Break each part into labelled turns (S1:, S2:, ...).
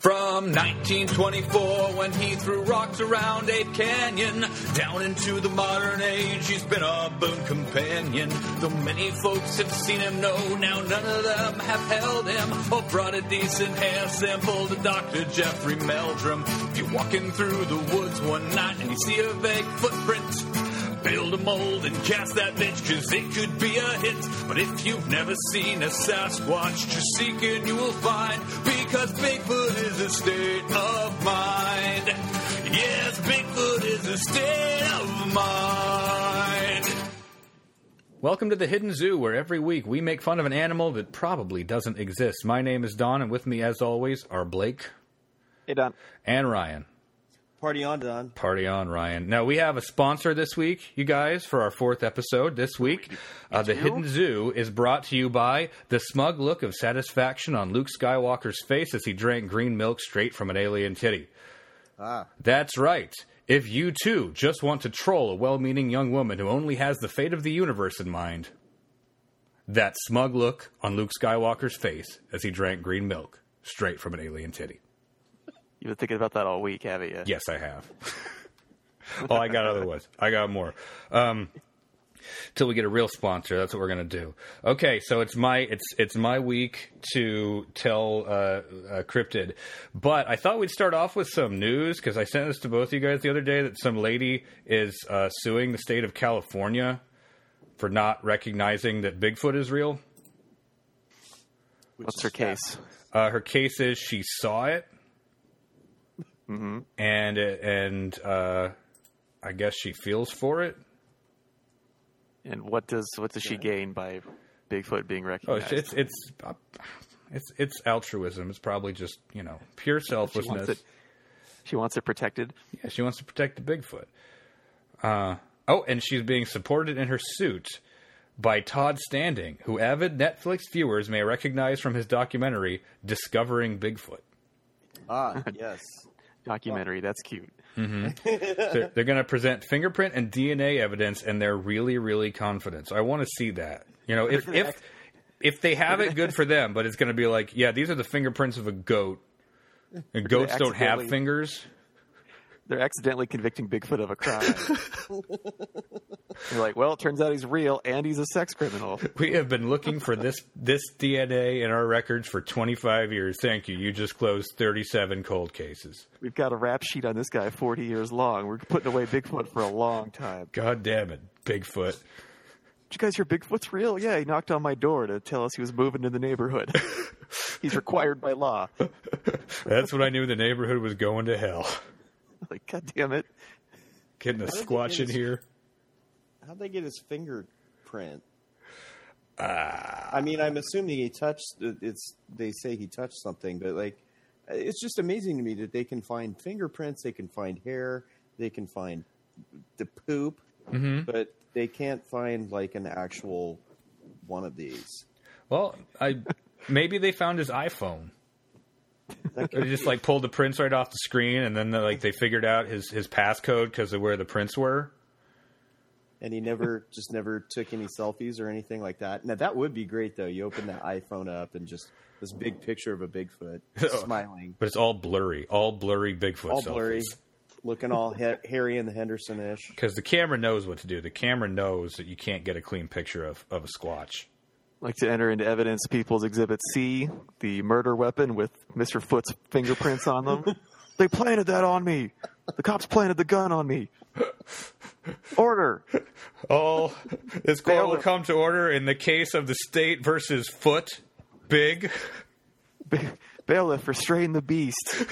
S1: from 1924 when he threw rocks around Ape Canyon. Down into the modern age, he's been a boon companion. Though many folks have seen him, no, now none of them have held him or brought a decent hair sample to Dr. Jeffrey Meldrum. If you're walking through the woods one night and you see a vague footprint, Build a mold and cast that bitch, cause it could be a hit. But if you've never seen a Sasquatch, just seek and you will find. Because Bigfoot is a state of mind. Yes, Bigfoot is a state of mind.
S2: Welcome to the Hidden Zoo, where every week we make fun of an animal that probably doesn't exist. My name is Don, and with me, as always, are Blake
S3: Hey Don,
S2: and Ryan.
S3: party on, Don.
S2: Party on, Ryan. Now, we have a sponsor this week, you guys, for our fourth episode this week. Uh, the Hidden Zoo is brought to you by the smug look of satisfaction on Luke Skywalker's face as he drank green milk straight from an alien titty. Ah. That's right. If you too just want to troll a well meaning young woman who only has the fate of the universe in mind, that smug look on Luke Skywalker's face as he drank green milk straight from an alien titty.
S4: You've been thinking about that all week, haven't you?
S2: Yes, I have. oh, I got other ones. I got more. Um, till we get a real sponsor, that's what we're gonna do. Okay, so it's my it's it's my week to tell uh, uh, cryptid, but I thought we'd start off with some news because I sent this to both of you guys the other day that some lady is uh, suing the state of California for not recognizing that Bigfoot is real.
S4: What's her case?
S2: Uh, her case is she saw it,
S4: Mm-hmm.
S2: and and uh, I guess she feels for it.
S4: And what does what does she gain by Bigfoot being
S2: Oh,
S4: recognized?
S2: it's it's it's, uh, it's it's altruism. It's probably just you know pure
S4: She wants
S2: selflessness.
S4: it. She wants it protected.
S2: yeah, she wants to protect the Bigfoot. Uh, oh, and she's being supported in her suit by Todd Standing, who avid Netflix viewers may recognize from his documentary "Discovering Bigfoot."
S3: Ah, yes.
S4: Documentary. That's cute.
S2: they're, they're going to present fingerprint and DNA evidence, and they're really, really confident. So I want to see that. You know, if if if they have it, good for them. But it's going to be like, yeah, these are the fingerprints of a goat, and goats don't have
S4: accidentally-
S2: fingers.
S4: They're accidentally convicting Bigfoot of a crime. They're like, well, it turns out he's real and he's a sex criminal.
S2: We have been looking for this this DNA in our records for 25 years. Thank you. You just closed 37 cold cases.
S4: We've got a rap sheet on this guy 40 years long. We're putting away Bigfoot for a long time.
S2: God damn it, Bigfoot.
S4: Did you guys hear Bigfoot's real? Yeah, he knocked on my door to tell us he was moving to the neighborhood. he's required by law.
S2: That's when I knew the neighborhood was going to hell.
S4: Like, God damn it.
S2: Getting a
S3: did they
S2: squatch
S3: do
S2: in
S3: this?
S2: here.
S3: How'd they get his fingerprint? I mean, I'm assuming he touched. uh, It's they say he touched something, but like, it's just amazing to me that they can find fingerprints, they can find hair, they can find the poop, but they can't find like an actual one of these.
S2: Well, I maybe they found his iPhone. they just like pulled the prints right off the screen, and then like they figured out his his passcode because of where the prints were.
S3: And he never, just never took any selfies or anything like that. Now that would be great though. You open that iPhone up and just this big picture of a Bigfoot
S2: Oh.
S3: smiling.
S2: But it's all blurry, all blurry Bigfoot.
S3: all blurry, looking all he- hairy and the Henderson-ish.
S2: because the camera knows what to do. The camera knows that you can't get a clean picture of of a squatch.
S4: like to enter into evidence people's exhibit C, the murder weapon with Mr. Foot's fingerprints on them. they planted that on me. The cops planted the gun on me. Order.
S2: Oh, this court will
S4: Bailiff.
S2: come to order in the case of the state versus foot. Big.
S4: Ba- bailiff, restrain the beast.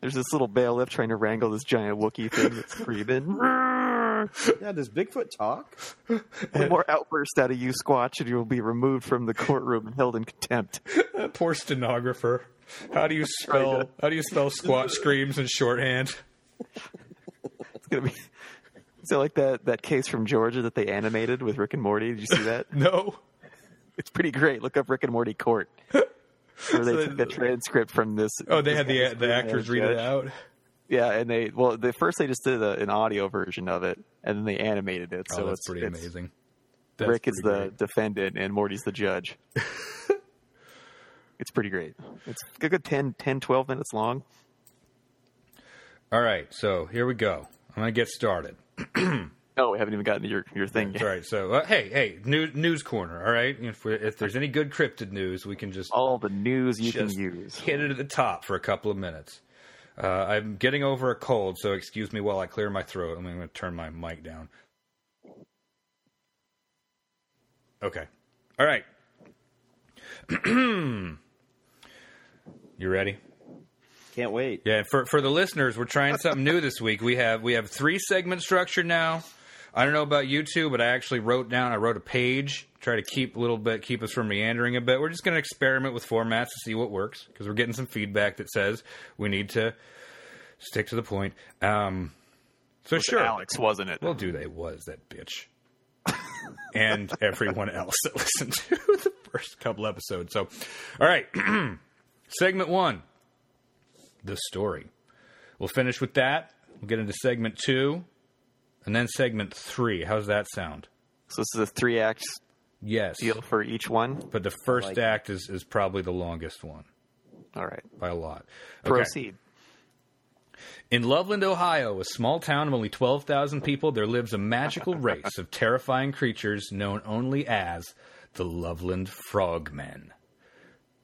S4: There's this little bailiff trying to wrangle this giant Wookiee thing that's screaming.
S3: Yeah, does Bigfoot talk?
S4: One more outburst out of you, Squatch, and you'll be removed from the courtroom and held in contempt.
S2: Poor stenographer. How do you spell? How do you spell squatch screams in shorthand?
S4: It's gonna be. So like that that case from Georgia that they animated with Rick and Morty. Did you see that?
S2: No.
S4: It's pretty great. Look up Rick and Morty Court. Where they took the transcript from this.
S2: Oh, they
S4: this
S2: had
S4: guy's
S2: the the actors read it
S4: judge.
S2: out.
S4: Yeah, and they well, the first they just did a, an audio version of it, and then they animated it.
S2: Oh,
S4: so it's it's- Rick is the defendant, and Morty's the judge. It's pretty great. It's a good 10, 10 12 minutes long.
S2: All right, so here we go. I'm going to get started.
S4: No, Oh, we haven't even gotten to your, your thing yet.
S2: All right, so uh, hey, hey, new, news corner. All right, if, we if there's any good cryptid news, we can just
S4: All the news you
S2: just
S4: can use.
S2: Hit it at the top for a couple of minutes. Uh, I'm getting over a cold, so excuse me while I clear my throat. I'm going to turn my mic down. Okay. All right. you ready?
S3: Can't wait.
S2: Yeah, for for the listeners, we're trying something new this week. We have we have three segment structure now. I don't know about you two, but I actually wrote down. I wrote a page, try to keep a little bit, keep us from meandering a bit. We're just going to experiment with formats to see what works because we're getting some feedback that says we need to stick to the point. Um, so sure,
S4: Alex, wasn't it?
S2: well, dude, it was that bitch. and everyone else that listened to the first couple episodes. So, all right. segment one the story. We'll finish with that. We'll get into segment two and then segment three. How's that sound?
S4: so this is a three act
S2: Yes.
S4: deal for each one.
S2: But the first
S3: like it.
S2: act is, is probably the longest one
S4: All right.
S2: by a lot. Okay.
S4: Proceed.
S2: In Loveland, Ohio, a small town of only 12,000 people, there lives a magical race of terrifying creatures known only as the Loveland Frogmen.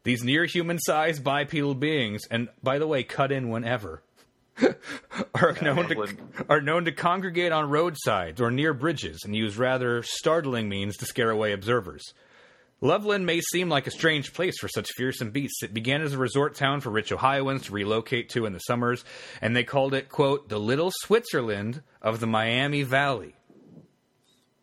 S2: These near human sized bipedal beings, and by the way, cut in whenever. are known to,
S4: Loveland.
S2: are known to congregate on roadsides or near bridges and use rather startling means to scare away observers. Loveland may seem like a strange place for such fearsome beasts. It began as a resort town for rich Ohioans to relocate to in the summers, and they called it, quote, the little Switzerland of the Miami Valley.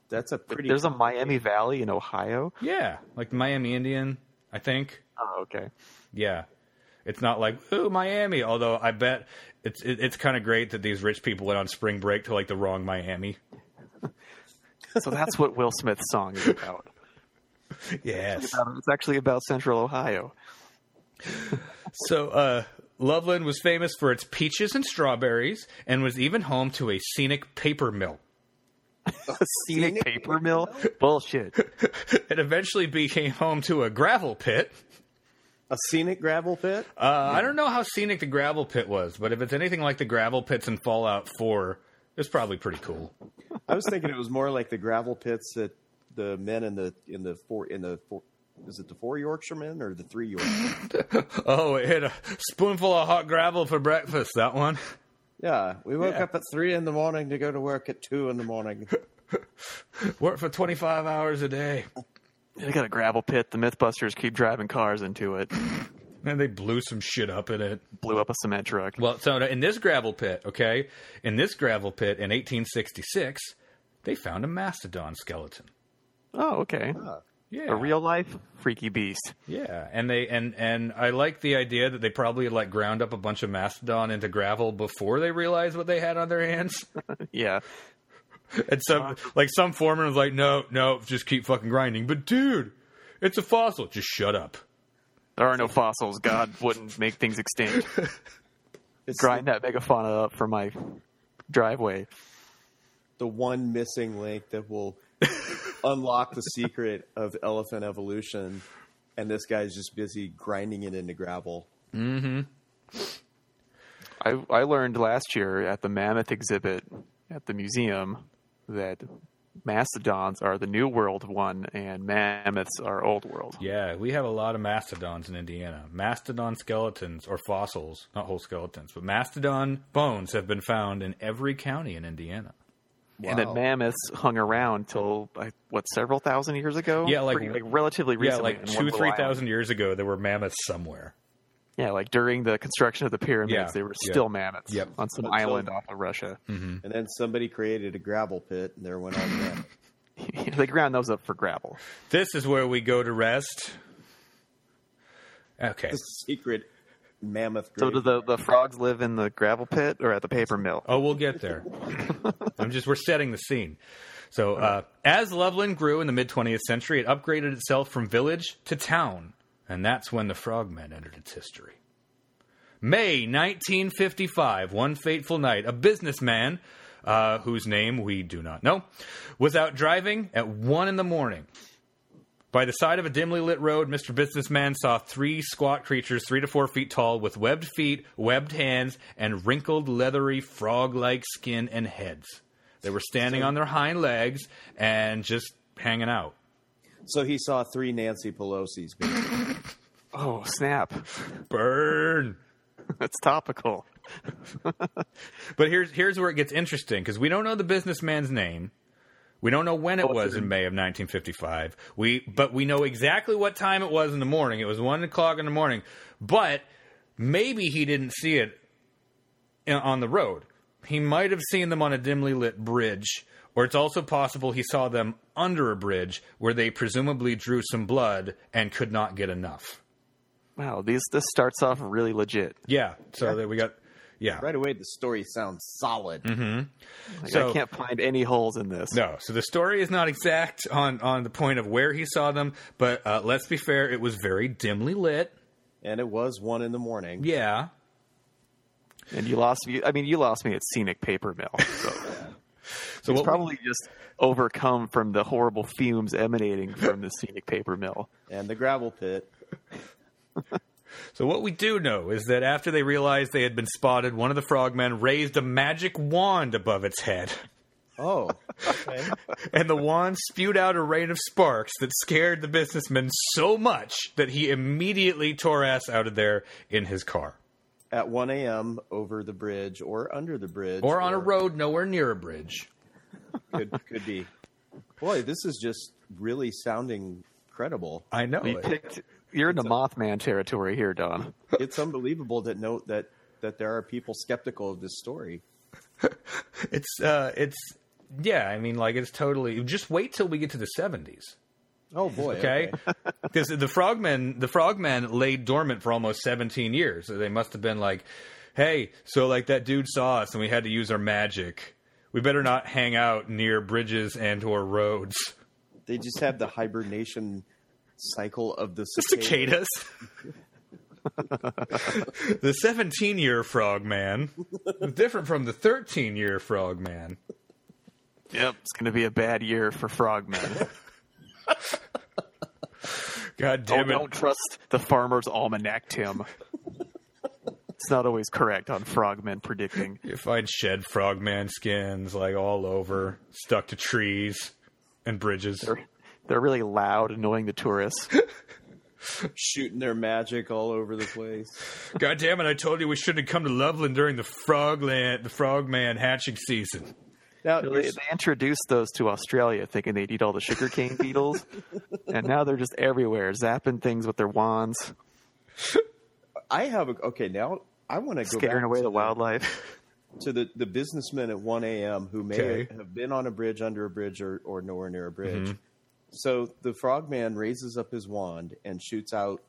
S3: That's a pretty.
S4: There's a Miami Valley in Ohio.
S2: Yeah, like the Miami Indian, I think.
S4: Oh, okay.
S2: Yeah. It's not like, ooh, Miami. Although I bet it's it, it's kind of great that these rich people went on spring break to like the wrong Miami.
S4: So that's what Will Smith's song is about.
S2: Yes.
S4: Um, It's actually about Central Ohio.
S2: So, uh, Loveland was famous for its peaches and strawberries and was even home to a scenic paper mill.
S4: Scenic paper mill? Bullshit.
S2: It eventually became home to a gravel pit.
S3: a scenic gravel pit.
S2: Uh, I don't know how scenic the gravel pit was, but if it's anything like the gravel pits in Fallout 4, it's probably pretty cool.
S3: I was thinking it was more like the gravel pits that the men in the in the four in the four. Is it the four Yorkshiremen or the three Yorkshiremen?
S2: Oh, it hit a spoonful of hot gravel for breakfast, that one.
S3: Yeah, we woke
S2: Yeah.
S3: up at three in the morning to go to work at two in the morning.
S2: Worked for 25 hours a day.
S4: They got a gravel pit. The Mythbusters keep driving cars into it.
S2: And they blew some shit up in it.
S4: Blew up a cement truck.
S2: Well, so in this gravel pit, okay, in this gravel pit in 1866, they found a mastodon skeleton.
S4: Oh, okay.
S2: Yeah,
S4: A real life freaky beast.
S2: yeah, and they and and I like the idea that they probably like ground up a bunch of mastodon into gravel before they realized what they had on their hands.
S4: Yeah.
S2: And some like some foreman was like, "No, no, just keep fucking grinding." But dude, it's a fossil. Just shut up.
S4: There are no fossils. God wouldn't make things extinct.
S3: It's
S4: Grind that megafauna up for my driveway.
S3: the one missing link that will unlock the secret of elephant evolution. And this guy's just busy grinding it into gravel.
S4: I, I learned last year at the mammoth exhibit at the museum that mastodons are the new world one and mammoths are old world.
S2: Yeah, we have a lot of mastodons in Indiana. Mastodon skeletons or fossils, not whole skeletons, but mastodon bones have been found in every county in Indiana.
S4: And that mammoths hung around till like, what several thousand years ago?
S2: Yeah, like-
S4: Pretty- relatively recently.
S2: yeah,
S4: in
S2: like
S4: one
S2: two,
S4: little
S2: three
S4: island.
S2: thousand years ago, there were mammoths somewhere.
S4: Yeah, like during the construction of the pyramids,
S2: Yeah,
S4: they were
S2: yeah.
S4: still mammoths
S2: Yep. Hmm.
S4: on some
S3: Until-
S4: island off of Russia.
S3: And then somebody created a gravel pit, and there went all that.
S4: they ground those up for gravel.
S2: This is where we go to rest. Okay.
S3: the secret mammoth.
S4: So
S3: Grave.
S4: do the, the frogs live in the gravel pit or at the paper mill?
S2: Oh, we'll get there. I'm just we're setting the scene. So, uh, as Loveland grew in the mid 20th century, it upgraded itself from village to town, and that's when the Frogmen entered its history. May 1955, one fateful night, a businessman uh, whose name we do not know was out driving at one in the morning. By the side of a dimly lit road, Mr. Businessman saw three squat creatures, three to four feet tall, with webbed feet, webbed hands, and wrinkled, leathery, frog like skin and heads. They were standing on their hind legs and just hanging out.
S3: So he saw three Nancy Pelosi's. Being
S4: Oh, snap.
S2: Burn!
S4: That's topical.
S2: But here's here's where it gets interesting because we don't know the businessman's name. We don't know when it was Oh, in May of 1955. We but we know exactly what time it was in the morning. It was one o'clock in the morning. But maybe he didn't see it in- on the road. He might have seen them on a dimly lit bridge, or it's also possible he saw them under a bridge where they presumably drew some blood and could not get enough.
S4: Wow, these, this starts off really legit.
S2: Yeah. So that we got. Yeah.
S3: right away, the story sounds solid.
S4: Like,
S2: So-
S4: I can't find any holes in this.
S2: No, so the story is not exact on on the point of where he saw them, but uh, let's be fair, it was very dimly lit.
S3: And it was one in the morning.
S2: Yeah,
S4: And you lost you I mean, you lost me at scenic paper mill. So
S2: so
S4: it's
S2: what,
S4: probably just overcome from the horrible fumes emanating from the scenic paper mill.
S3: And the gravel pit.
S2: so what we do know is that after they realized they had been spotted, one of the frogmen raised a magic wand above its head,
S3: Oh, okay.
S2: and the wand spewed out a rain of sparks that scared the businessman so much that he immediately tore ass out of there in his car
S3: At 1 a.m. over the bridge or under the bridge.
S2: or on a road nowhere near a bridge.
S3: Could, could be. Boy, this is just really sounding credible.
S2: I know.
S4: You picked you're in the Mothman territory here, Don.
S3: It's unbelievable that note that that there are people skeptical of this story.
S2: It's uh, it's yeah. I mean, like it's totally. Just wait till we get to the seventies.
S3: Oh boy.
S2: Okay, because the frogmen, the frogmen laid dormant for almost seventeen years. So they must have been like, hey, so like that dude saw us and we had to use our magic. We better not hang out near bridges and or roads.
S3: They just have the hibernation cycle of the cicada.
S2: Cicadas. the 17 year frogman. Different from the 13 year frogman.
S4: Yep. It's gonna be a bad year for frogmen.
S2: God
S4: oh,
S2: damn it.
S4: don't trust the farmer's almanac, Tim. it's not always correct on frogmen predicting.
S2: You find shed frogman skins like all over, stuck to trees and bridges.
S4: They're, they're really loud, annoying the tourists.
S3: Shooting their magic all over the place.
S2: God damn it! I told you we shouldn't have come to Loveland during the frogland, the frogman hatching season.
S3: Now,
S4: They, they introduced those to Australia thinking they'd eat all the sugarcane beetles, and now they're just everywhere, zapping things with their wands,
S3: I have a okay. Now I want to go back
S4: scaring away
S3: to
S4: the wildlife.
S3: to the, the businessman at 1 a.m. who may
S2: Okay.
S3: have been on a bridge, under a bridge, or, or nowhere near a bridge.
S2: Mm-hmm.
S3: So the frogman raises up his wand and shoots out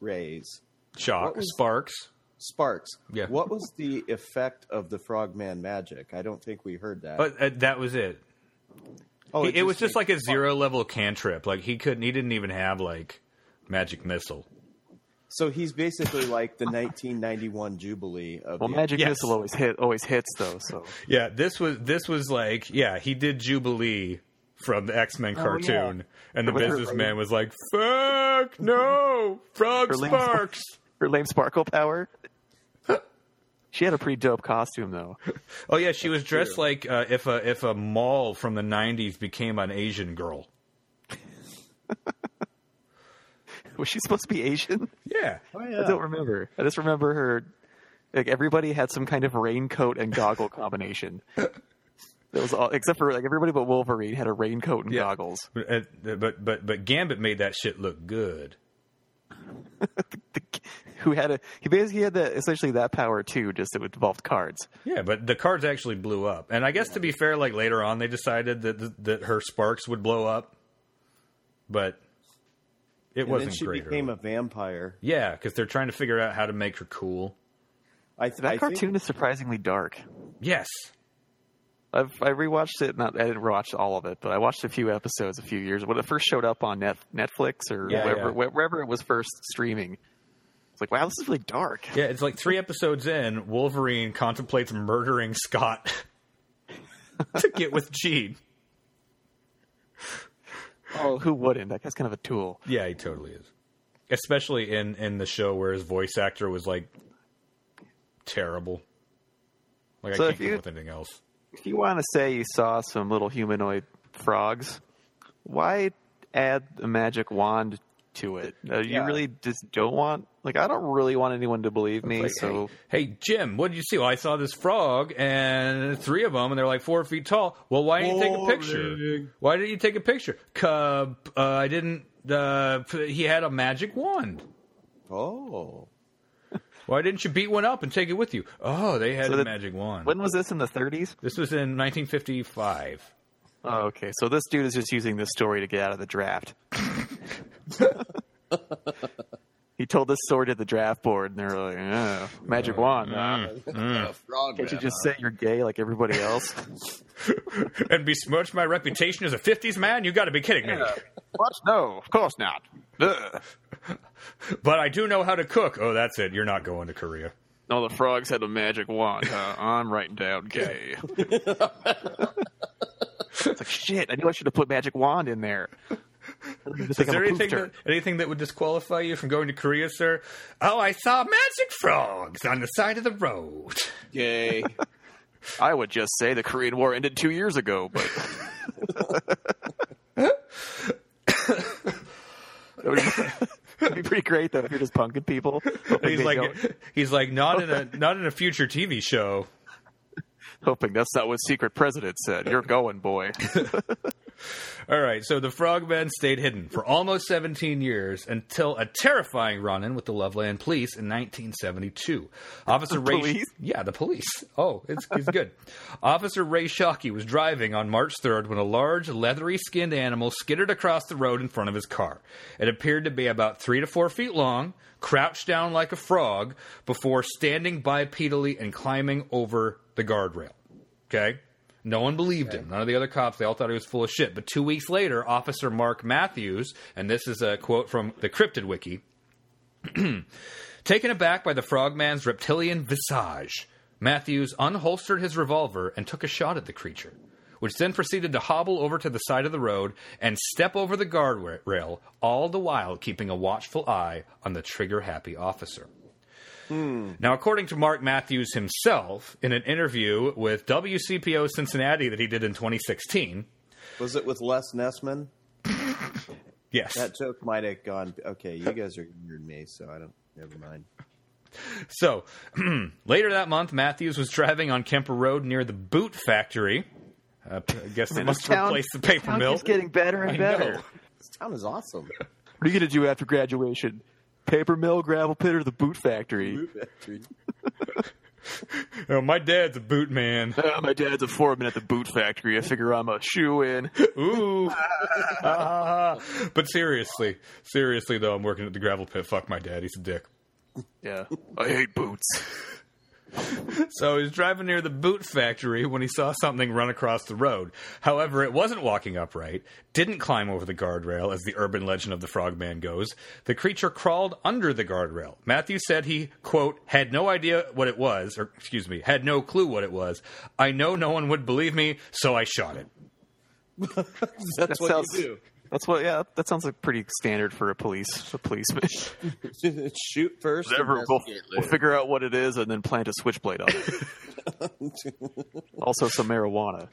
S3: rays,
S2: Shock,
S3: What was-
S2: sparks.
S3: sparks.
S2: Yeah.
S3: What was the effect of the frogman magic? I don't think we heard that.
S2: But uh, that was it.
S3: oh,
S2: He- it was just like
S3: makes
S2: a zero level cantrip. Like he couldn't. He didn't even have like magic missile.
S3: So he's basically like the 1991 Jubilee of
S4: Well,
S3: the-
S4: magic
S2: Yes.
S4: missile always hit always hits though, so
S2: Yeah, this was this was like yeah. He did Jubilee from the X Men cartoon, and the
S4: With her-
S2: businessman was like, "Fuck no, frog
S4: Her lame-
S2: sparks."
S4: her lame sparkle power. She had a pretty dope costume though.
S2: Oh yeah, she was dressed like uh, if a if a mall from the '90s became an Asian girl.
S4: Was she supposed to be Asian?
S2: Yeah,
S3: Oh,
S4: I don't remember. I just remember her. Like everybody had some kind of raincoat and goggle combination. That was all except for like everybody but Wolverine had a raincoat and
S2: Yeah.
S4: goggles.
S2: but uh, but but, but Gambit made that shit look good.
S4: the, who had a he basically had that essentially that power too, just it involved cards.
S2: Yeah, but the cards actually blew up, and I guess to be fair, like later on they decided that that, that her sparks would blow up, but it
S3: And then
S2: wasn't
S3: she
S2: great.
S3: became
S2: early.
S3: a vampire.
S2: yeah, because they're trying to figure out how to make her cool.
S3: I, th-
S4: That
S3: I
S4: cartoon
S3: think
S4: is surprisingly dark.
S2: Yes,
S4: I've I rewatched it. Not I didn't watch all of it, but I watched a few episodes a few years when it first showed up on net, Netflix or
S2: Yeah,
S4: wherever,
S2: yeah.
S4: where- wherever it was first streaming. It's like wow, this is really dark.
S2: yeah, it's like three episodes in, Wolverine contemplates murdering Scott to get with Jean.
S4: Oh, who wouldn't? That guy's kind of a tool.
S2: Yeah, he totally is. Especially in in the show where his voice actor was like terrible. Like
S4: So
S2: I can't
S4: if you-
S2: think with anything else.
S4: If you want to say you saw some little humanoid frogs, why add a magic wand to it? Uh, you
S3: Yeah.
S4: really just don't want. Like, I don't really want anyone to believe me.
S2: Like,
S4: so
S2: hey, hey, Jim, what did you see? Well, I saw this frog and three of them, and they're like four feet tall. Well, why didn't you take a picture?
S3: Boring.
S2: Why didn't you take a picture? Cub, uh, I didn't. Uh, p- he had a magic wand.
S3: Oh,
S2: Why didn't you beat one up and take it with you? Oh, they had
S4: So
S2: a
S4: that-
S2: magic wand.
S4: when was this in the 30s?
S2: This was in 1955.
S4: Oh, okay. So this dude is just using this story to get out of the draft. he told this story to the draft board, and they're like, "Yeah, magic wand. huh?
S2: Hmm.
S3: frog.
S4: Can't you just say you're gay like everybody else?
S2: and besmirched my reputation as a 50s man? You got to be kidding me.
S4: what? No, of course not. Ugh.
S2: But I do know how to cook. Oh, that's it. You're not going to Korea.
S4: No, the frogs had a magic wand. Huh? I'm writing down gay. it's like shit. I knew I should have put magic wand in there. Just think
S2: Is
S4: I'm
S2: there
S4: a poop
S2: anything that,
S4: jerk.
S2: anything that would disqualify you from going to Korea, sir? Oh, I saw magic frogs on the side of the road.
S3: Gay.
S4: I would just say the Korean War ended two years ago, but that would be, that'd be pretty great though if you're just punking people. Hoping,
S2: He's
S4: they
S2: like, uh,
S4: don't-
S2: he's like, not in a not in a future TV show.
S4: hoping that's not what Secret President said. You're going, boy.
S2: All right, so the frogmen stayed hidden for almost 17 years until a terrifying run-in with the Loveland Police in 1972. Officer Ray,
S4: police?
S2: yeah, the police. Oh, it's, it's good. Officer Ray Shockey was driving on March 3rd when a large, leathery-skinned animal skittered across the road in front of his car. It appeared to be about three to four feet long, crouched down like a frog, before standing bipedally and climbing over the guardrail. Okay. No one believed him. None of the other cops. They all thought he was full of shit. But two weeks later, Officer Mark Matthews, and this is a quote from the Cryptid Wiki Taken aback by the frogman's reptilian visage, Matthews unholstered his revolver and took a shot at the creature, which then proceeded to hobble over to the side of the road and step over the guardrail, all the while keeping a watchful eye on the trigger happy officer. Now, according to Mark Matthews himself, in an interview with WCPO Cincinnati that he did in 2016,
S3: Was it with Les Nessman?
S2: yes,
S3: That joke might have gone. Okay, you guys are younger than me, so I don't. Never mind.
S2: So later that month, Matthews was driving on Kemper Road near the boot factory. Uh, I guess they must
S4: town-
S2: replace the paper
S4: Town
S2: mill.
S4: keeps getting better and
S2: I
S4: better.
S2: know.
S3: This town is awesome.
S4: What are you gonna do after graduation? Paper mill, gravel pit, or the boot factory?
S2: Oh, my dad's a boot man.
S4: Uh, my dad's a foreman at the boot factory. I figure I'm a shoe in.
S2: Ooh. Ah. but seriously, seriously though, I'm working at the gravel pit. Fuck my dad. He's a dick.
S4: Yeah, I hate boots.
S2: So he was driving near the boot factory when he saw something run across the road. However, it wasn't walking upright, didn't climb over the guardrail, as the urban legend of the frogman goes. The creature crawled under the guardrail. Matthew said he, quote, had no idea what it was, or excuse me, had no clue what it was. I know no one would believe me, so I shot it.
S3: That's what you
S4: That's what. Yeah, that sounds like pretty standard for a police a policeman.
S3: do. Shoot first.
S4: Whatever, we'll,
S3: investigate
S4: we'll
S3: later.
S4: figure out what it is and then plant a switchblade on it. also, some marijuana.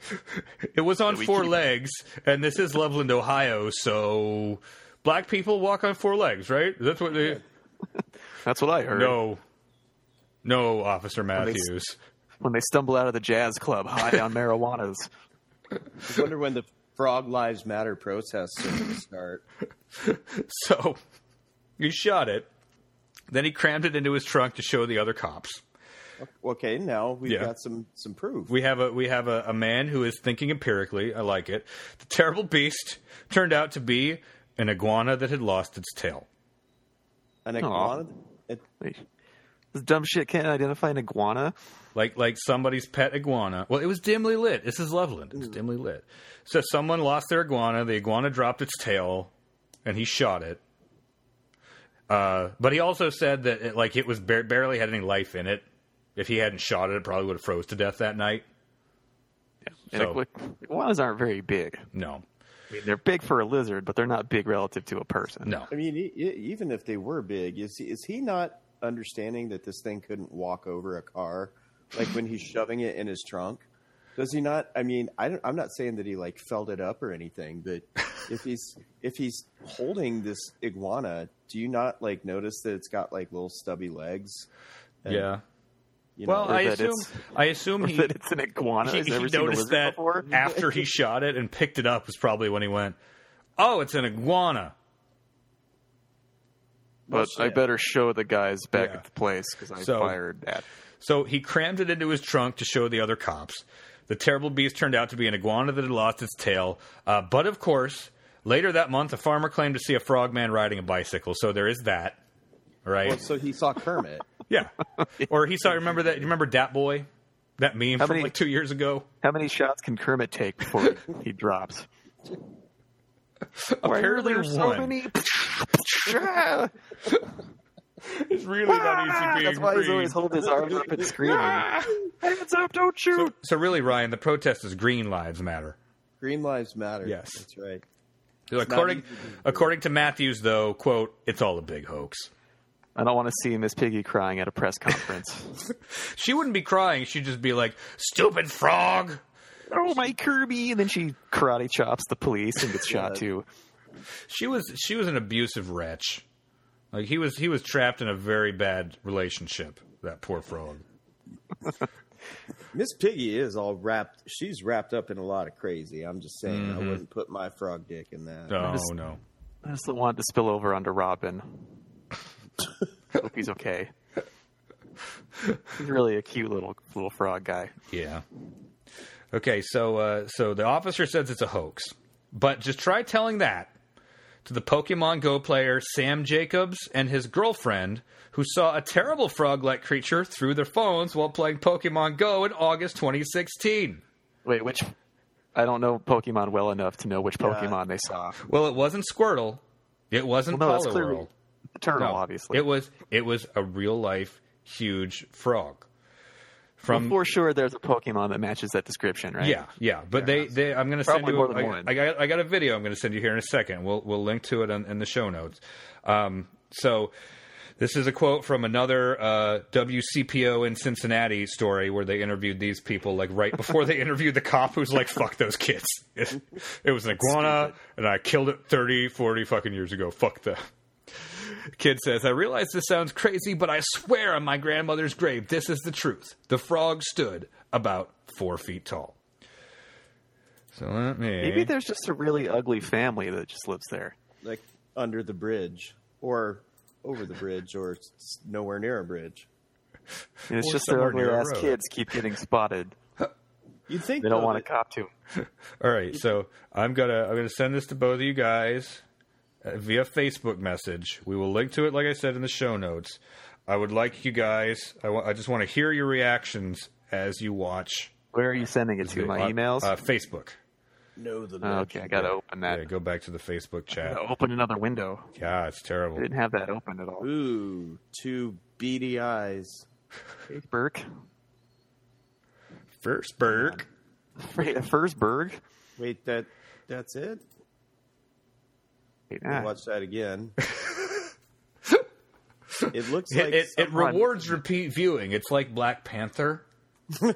S2: It was on
S4: we
S2: four
S4: keep-
S2: legs, and this is Loveland, Ohio, so black people walk on four legs, right? That's what they.
S4: That's what I heard.
S2: No. No, Officer
S4: they s-
S2: Matthews.
S4: When they stumble out of the jazz club high on marijuanas.
S3: I wonder when the Frog Lives Matter protests are going to start.
S2: So he shot it. Then he crammed it into his trunk to show the other cops.
S3: Okay, now we've
S2: Yeah.
S3: got some some proof.
S2: We have a we have a, a man who is thinking empirically. I like it. The terrible beast turned out to be an iguana that had lost its tail.
S3: An iguana. It,
S4: Wait. This dumb shit can't identify an iguana.
S2: Like like somebody's pet iguana. Well, it was dimly lit. This is Loveland. It was
S4: Mm.
S2: dimly lit. So someone lost their iguana. The iguana dropped its tail, and he shot it. Uh, but he also said that it, like it was bar- barely had any life in it. If he hadn't shot it, it probably would have froze to death that night.
S4: And
S2: So-
S4: igua- iguanas aren't very big.
S2: No.
S4: I mean, they're big for a lizard, but they're not big relative to a person.
S2: No.
S3: I mean, e- e- even if they were big, is he, is he not understanding that this thing couldn't walk over a car? Like when he's shoving it in his trunk, does he not? I mean, I don't, I'm not saying that he like felt it up or anything, but if he's if he's holding this iguana, do you not like notice that it's got like little stubby legs? And,
S2: Yeah.
S3: You
S2: Well,
S3: know,
S2: I
S4: that
S2: assume
S4: it's-
S2: I assume
S4: Or
S2: he
S4: that it's an iguana.
S2: he,
S4: He's never
S2: he
S4: seen a
S2: noticed
S4: lizard
S2: that
S4: before.
S2: after he shot it and picked it up was probably when he went, "Oh, it's an iguana."
S4: But I
S3: shit.
S4: better show the guys back
S2: Yeah.
S4: at the place because I
S2: So-
S4: fired at.
S2: So he crammed it into his trunk to show the other cops. The terrible beast turned out to be an iguana that had lost its tail. Uh, but of course, later that month, a farmer claimed to see a frogman riding a bicycle. So there is that, right?
S3: well, so he saw Kermit.
S2: yeah. or he saw. Remember that? You remember Dat Boy? That meme
S4: How
S2: from
S4: many-
S2: like two years ago.
S4: How many shots can Kermit take before he, he drops? Why are
S2: Apparently
S4: there so
S2: one.
S4: many.
S2: It's really that easy being
S4: Ah! That's why he's
S2: green.
S4: always holding his arms up and screaming. Hands up! Don't
S2: so,
S4: shoot!
S2: so really, Ryan, the protest is Green Lives Matter.
S3: Green lives matter.
S2: Yes.
S3: that's right. not
S2: according
S3: easy to do.
S2: according to Matthews, though, quote, it's all a big hoax.
S4: I don't want to see Miss Piggy crying at a press conference.
S2: She wouldn't be crying; she'd just be like, "Stupid frog."
S4: oh my Kirby! And then she karate chops the police and gets shot
S3: Yeah.
S4: too.
S2: She was she was an abusive wretch. Like he was he was trapped in a very bad relationship. That poor frog.
S3: Miss Piggy is all wrapped. She's wrapped up in a lot of crazy. I'm just saying, I
S4: Mm-hmm.
S3: wouldn't put my frog dick in that.
S2: Oh
S4: just-
S2: no.
S4: I just wanted to spill over onto Robin. Hope he's okay. He's really a cute little little frog guy.
S2: Yeah. Okay, so uh, so the officer says it's a hoax, but just try telling that to the Pokemon Go player Sam Jacobs and his girlfriend, who saw a terrible frog-like creature through their phones while playing Pokemon Go in August 2016.
S4: Wait, which? I don't know Pokemon well enough to know which Pokemon they saw.
S2: Well, it wasn't Squirtle. It wasn't
S4: Well, no, that's clearly
S2: Poliwhirl.
S4: the turtle,
S2: No,
S4: obviously.
S2: It was it was a real life huge frog. From
S4: For sure, there's a Pokemon that matches that description, right?
S2: yeah, yeah, but they, they I'm going to send
S4: Probably
S2: you.
S4: more than
S2: I,
S4: one.
S2: I got I got a video I'm going to send you here in a second. We'll we'll link to it on, in the show notes. Um, so this is a quote from another uh, WCPO in Cincinnati story where they interviewed these people like right before they interviewed the cop who's like fuck those kids. It, it was an iguana and I killed it 30 40 fucking years ago. Fuck them. Kid says, I realize this sounds crazy, but I swear on my grandmother's grave, this is the truth. The frog stood about four feet tall. So let me.
S4: Maybe there's just a really ugly family that just lives there.
S3: Like under the bridge, or over the bridge, or s- nowhere near a bridge.
S4: And it's
S2: Or
S4: just their
S2: somewhere
S4: ugly
S2: near a
S4: ass
S2: road.
S4: kids keep getting spotted.
S3: You'd think
S4: They don't
S3: though,
S4: want to
S3: that-
S4: cop to. 'em.
S2: All right, so I'm gonna I'm gonna send this to both of you guys uh, via Facebook message. We will link to it, like I said, in the show notes. I would like you guys. I wa- I just want to hear your reactions as you watch
S4: Where are you sending it to? My
S2: on,
S4: emails?
S2: Uh, Facebook.
S3: know the
S4: Oh, okay, I gotta open that.
S2: Yeah, go back to the Facebook chat.
S4: Gotta Open another window.
S2: Yeah, it's
S4: I
S2: terrible.
S4: didn't have that open at all.
S3: Ooh, two beady eyes.
S4: Burke.
S2: First Berg.
S4: Wait, Fursberg?
S3: Wait, that that's it.
S4: Wait,
S3: We'll
S4: ah.
S3: Watch that again. it looks like
S2: It, it, it
S4: someone-
S2: rewards repeat viewing. It's like Black Panther.
S4: I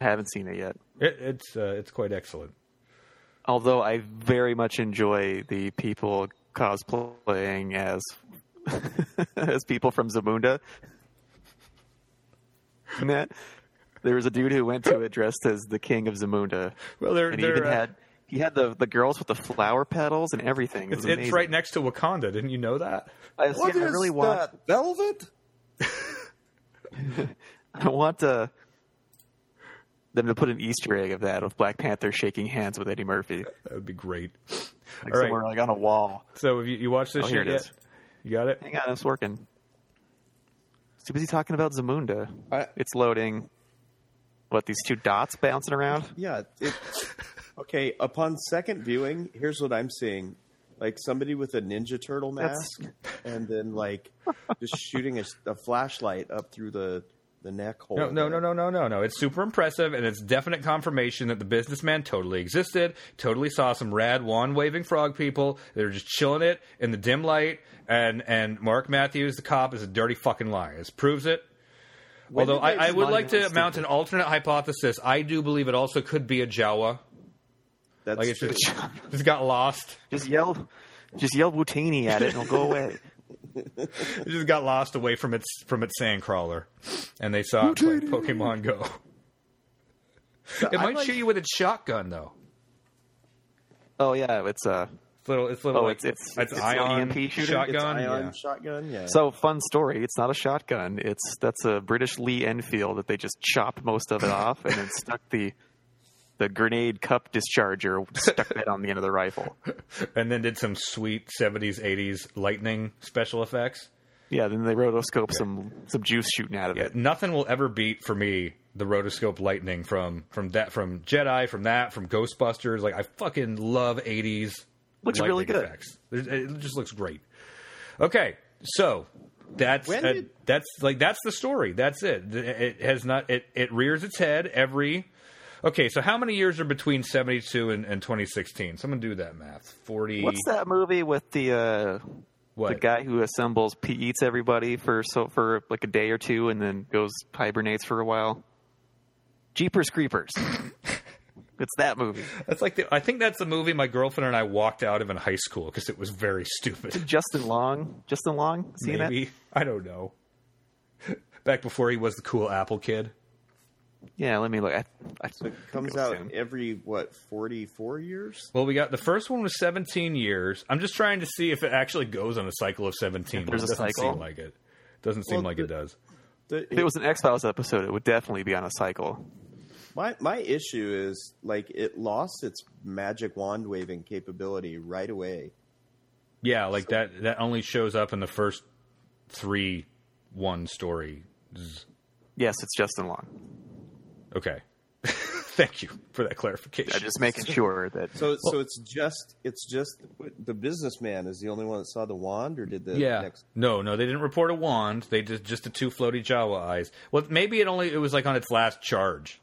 S4: haven't seen it yet.
S2: It, it's uh, it's quite excellent.
S4: Although I very much enjoy the people cosplaying as as people from Zamunda. And that there was a dude who went to it dressed as the king of Zamunda,
S2: Well, they're,
S4: and he
S2: they're
S4: even
S2: uh,
S4: had he had the the girls with the flower petals and everything. It
S2: it's,
S4: was
S2: it's
S4: amazing.
S2: right next to Wakanda. Didn't you know that?
S4: I, see, I
S3: What is
S4: really want
S3: that velvet?
S4: I want uh, them to put an Easter egg of that of Black Panther shaking hands with Eddie Murphy,
S2: That would be great.
S4: like
S2: All right.
S4: somewhere like on a wall.
S2: So have you, you watched this
S4: Oh, here
S2: shit
S4: it
S2: yet?
S4: is.
S2: You got it?
S4: Hang on, it's working. Too busy talking about Zamunda.
S3: I-
S4: It's loading. What these two dots bouncing around?
S3: Yeah. It, okay. Upon second viewing, here's what I'm seeing: like somebody with a Ninja Turtle
S4: That's-
S3: mask, and then like just shooting a, a flashlight up through the the neck hole.
S2: No, no, no, no, no, no, no. It's super impressive, and it's definite confirmation that the businessman totally existed. Totally saw some rad wand waving frog people. They were just chilling it in the dim light, and and Mark Matthews, the cop, is a dirty fucking liar. This proves it.
S3: When
S2: Although
S3: did they
S2: I, I would
S3: design
S2: like to
S3: this
S2: mount an alternate hypothesis, I do believe it also could be a Jawa.
S3: That's
S2: Like it's
S3: true.
S2: just, just got lost.
S4: Just yell, just yell Boutini at it, and it'll go away.
S2: It just got lost away from its from its sandcrawler, and they saw it play Pokemon Go. It
S3: I
S2: might
S3: like-
S2: shoot you with its shotgun though.
S4: Oh yeah, it's uh.
S2: It's little, it's little
S4: Oh,
S2: like,
S4: it's- it's-
S2: it's,
S4: it's an
S2: ion
S4: EMP shooter?
S2: shotgun.
S3: It's ion
S2: yeah.
S3: shotgun. Yeah.
S4: So fun story. It's not a shotgun. It's that's a British Lee Enfield that they just chopped most of it off and then stuck the the grenade cup discharger stuck that on the end of the rifle.
S2: and then did some sweet 70s 80s lightning special effects
S4: Yeah, then they rotoscope some some juice shooting out of
S2: yeah,
S4: it.
S2: nothing will ever beat for me the rotoscope lightning from from that from jedi from that from ghostbusters like i fucking love 80s
S4: Looks really
S2: lightning
S4: good.
S2: effects. There's- it just looks great okay so that's
S3: When
S2: uh,
S3: did-
S2: that's like that's the story that's it Th- it has not it it rears its head every okay so how many years are between 72 and, and 2016 someone do that math 40
S4: What's that movie with the uh,
S2: what
S4: the guy who assembles he eats everybody for so for like a day or two and then goes hibernates for a while? Jeepers Creepers. it's that movie.
S2: That's like the, I think that's the movie my girlfriend and I walked out of in high school because it was very stupid.
S4: Justin Long. Justin Long. Seen that?
S2: Maybe I don't know. Back before he was the cool Apple kid.
S4: Yeah, let me look. I, I
S3: So it comes
S4: was
S3: out
S4: him.
S3: every what forty four years?
S2: Well, we got the first one was 17 years. I'm just trying to see if it actually goes on a cycle of 17.
S4: If there's
S2: but
S4: a
S2: it doesn't
S4: cycle.
S2: seem like it. Doesn't seem
S3: Well,
S2: like it
S3: the-
S2: does.
S3: The-
S4: If it was an X Files episode, it would definitely be on a cycle.
S3: my my issue is like it lost its magic wand waving capability right away.
S2: Yeah, like that. That only shows up in the first three one story.
S4: Yes, it's Justin Long.
S2: Okay. Thank you for that clarification.
S4: I'm just making sure that
S3: So so it's just it's just the businessman is the only one that saw the wand, or did the
S2: yeah.
S3: next
S2: No, no, they didn't report a wand. They did just the two floaty Jawa eyes. Well, maybe it only it was like on its last charge.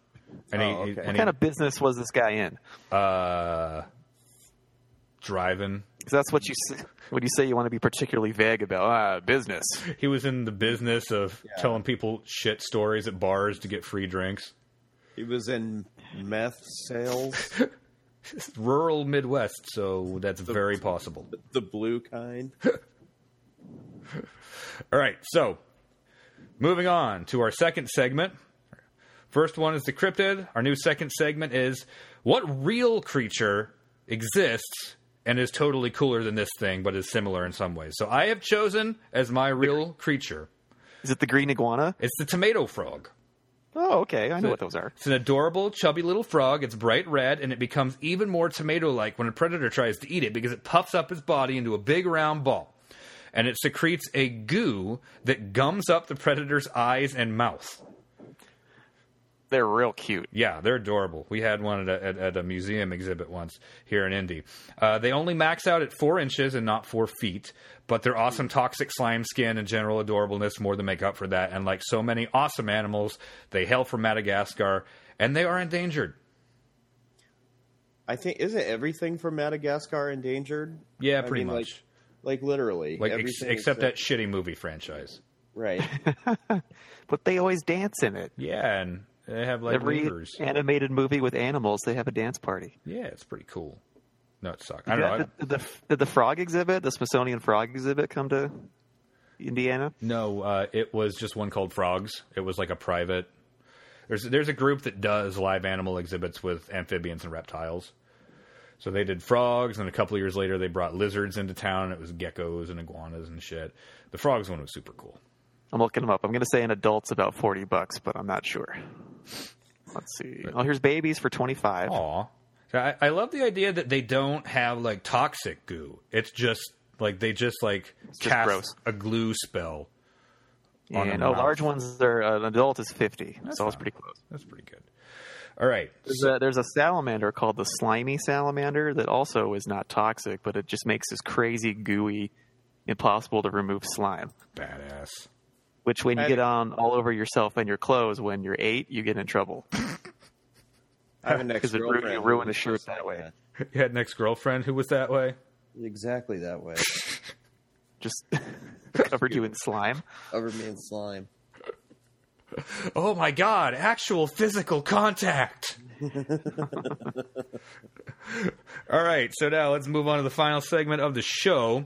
S2: And he,
S3: Oh, okay.
S2: and
S3: What
S2: he-
S4: what kind of business was this guy in?
S2: uh, driving.
S4: 'Cause that's what you s- when you say you want to be particularly vague about ah business.
S2: He was in the business of telling people shit stories at bars to get free drinks.
S3: He was in meth sales,
S2: It's rural Midwest, so that's very possible.
S3: the blue kind.
S2: All right, so moving on to our second segment. First one is the cryptid. Our new second segment is what real creature exists and is totally cooler than this thing, but is similar in some ways. So I have chosen as my real creature.
S4: Is it the green iguana?
S2: It's the tomato frog.
S4: Oh, okay, I know what those are.
S2: It's an adorable, chubby little frog. It's bright red, and it becomes even more tomato like when a predator tries to eat it because it puffs up its body into a big round ball. And it secretes a goo that gums up the predator's eyes and mouth.
S4: They're real cute.
S2: Yeah, they're adorable. We had one at a, at, at a museum exhibit once here in Indy. Uh, they only max out at four inches and not four feet, but their awesome toxic slime skin and general adorableness more than make up for that. And like so many awesome animals, they hail from Madagascar and they are endangered.
S3: I think isn't everything from Madagascar endangered?
S2: Yeah,
S3: I
S2: pretty
S3: mean,
S2: much.
S3: Like, like literally,
S2: Like, ex-
S3: everything
S2: except that shitty movie franchise.
S3: right.
S4: But they always dance in it.
S2: Yeah, and they have like
S4: Every
S2: levers.
S4: animated movie with animals, they have a dance party.
S2: Yeah, it's pretty cool. No, it sucks. I don't know. I-
S4: Did, did the, did the frog exhibit, the Smithsonian frog exhibit, come to Indiana?
S2: No, uh, it was just one called Frogs. It was like a private. There's there's a group that does live animal exhibits with amphibians and reptiles. So they did frogs, and a couple of years later they brought lizards into town, and it was geckos and iguanas and shit. The frogs one was super cool.
S4: I'm looking them up. I'm going to say an adult's about 40 bucks, but I'm not sure. Let's see. Oh, here's babies for 25.
S2: Aw. So I, I love the idea that they don't have like toxic goo. It's just like they just like
S4: just
S2: cast
S4: gross.
S2: a glue spell. on
S4: and
S2: a
S4: oh,
S2: mouse.
S4: large ones are uh, an adult is 50. so it's pretty close.
S2: That's pretty good. All right.
S4: There's a, there's a salamander called the slimy salamander that also is not toxic, but it just makes this crazy gooey, impossible to remove slime.
S2: Badass.
S4: which when you
S3: I-
S4: get on all over yourself and your clothes when you're eight, you get in trouble.
S3: I have an ex
S4: Because it ruined, you ruin a shirt that way.
S2: You had an ex girlfriend who was that way.
S3: Exactly that way.
S4: Just covered you in slime.
S3: Cover me in slime.
S2: Oh my god, actual physical contact. All right, so now let's move on to the final segment of the show.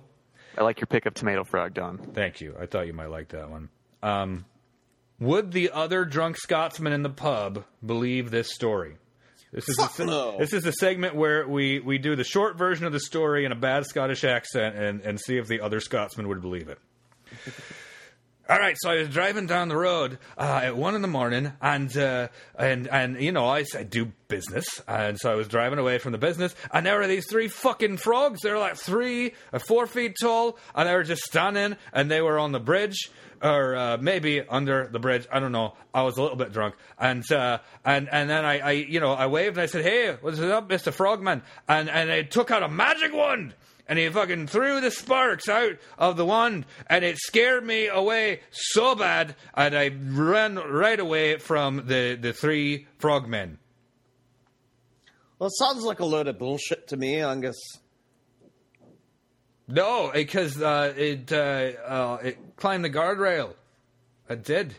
S4: I like your pickup tomato frog, Don.
S2: Thank you. I thought you might like that one. Um, would the other drunk Scotsman in the pub believe this story? This is, a, se-
S3: no.
S2: this is a segment where we, we do the short version of the story in a bad Scottish accent and, and see if the other Scotsman would believe it. All right, so I was driving down the road uh, at one in the morning, and uh, and and you know I, s- I do business, and so I was driving away from the business, and there were these three fucking frogs. They were like three or four feet tall, and they were just standing, and they were on the bridge, or uh, maybe under the bridge. I don't know. I was a little bit drunk, and uh, and and then I, I you know I waved and I said, "Hey, what's up, Mister Frogman?" And and I took out a magic wand and he fucking threw the sparks out of the wand, and it scared me away so bad, and I ran right away from the the three frogmen.
S3: Well, it sounds like a load of bullshit to me, Angus.
S2: No, because uh, it uh, uh, it climbed the guardrail. It did.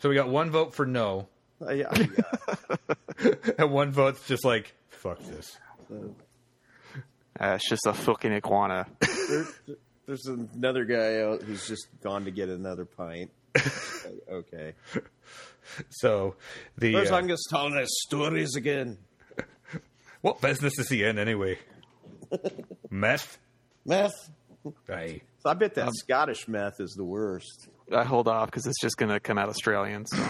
S2: so we got one vote for no,
S3: Uh, yeah, yeah.
S2: and one vote's just like fuck this.
S4: Uh, it's just a fucking iguana.
S3: There- there's another guy out who's just gone to get another pint. okay.
S2: So the
S3: There's
S2: uh,
S3: Angus telling his stories again.
S2: what business is he in anyway? Meth.
S3: Meth.
S2: Aye.
S3: I bet
S2: Um,
S3: that Scottish meth is the worst.
S4: I hold off because it's just going to come out Australian. So.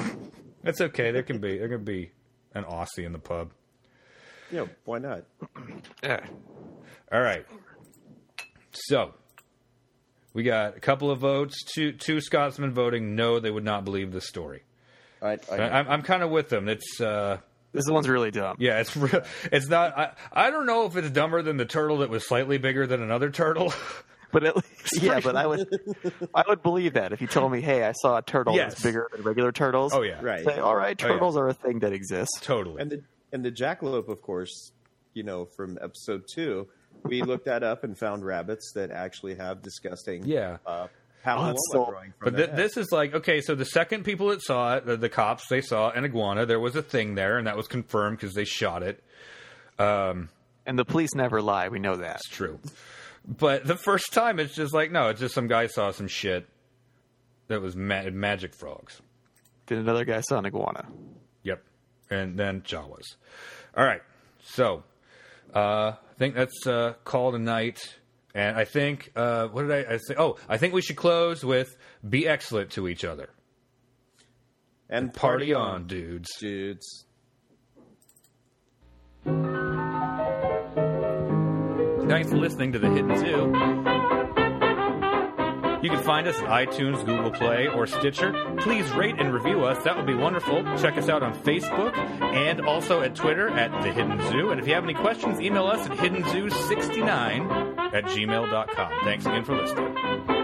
S2: That's okay. There can be there can be an Aussie in the pub.
S3: Yeah, why not?
S4: Yeah.
S2: All right. So we got a couple of votes. Two two Scotsmen voting no. They would not believe the story.
S3: I,
S2: I,
S3: I,
S2: I'm I'm kind of with them. It's uh
S4: This one's really dumb.
S2: yeah. It's re- it's not. I I don't know if it's dumber than the turtle that was slightly bigger than another turtle.
S4: But at least, yeah, but I would, I would believe that if you told me, hey, I saw a turtle
S2: Yes.
S4: that's bigger than regular turtles.
S2: oh yeah.
S3: right.
S4: I'd Say, all right,
S2: Oh, yeah.
S4: turtles are a thing that exists.
S2: Totally.
S3: And the and the jackalope, of course, you know from episode two, we looked that up and found rabbits that actually have disgusting
S2: Yeah.
S3: uh, papilloma
S4: Oh, that's so-
S3: growing from
S2: But
S3: their
S2: th-
S3: head.
S2: this is like okay. So the second people that saw it, the, the cops, they saw an iguana. There was a thing there, and that was confirmed because they shot it.
S4: And the police never lie. We know that.
S2: It's true. But the first time, it's just like, no, it's just some guy saw some shit that was ma- magic frogs.
S4: Did another guy saw an iguana?
S2: Yep. And then Jawas. All right. So uh, I think that's uh, call tonight. And I think, uh, what did I, I say? Oh, I think we should close with be excellent to each other.
S3: and
S2: Party on, dudes.
S3: dudes.
S2: Thanks for listening to The Hidden Zoo. You can find us at iTunes, Google Play, or Stitcher. Please rate and review us. That would be wonderful. Check us out on Facebook and also at Twitter at The Hidden Zoo. And if you have any questions, email us at hiddenzoo69 at gmail.com. Thanks again for listening.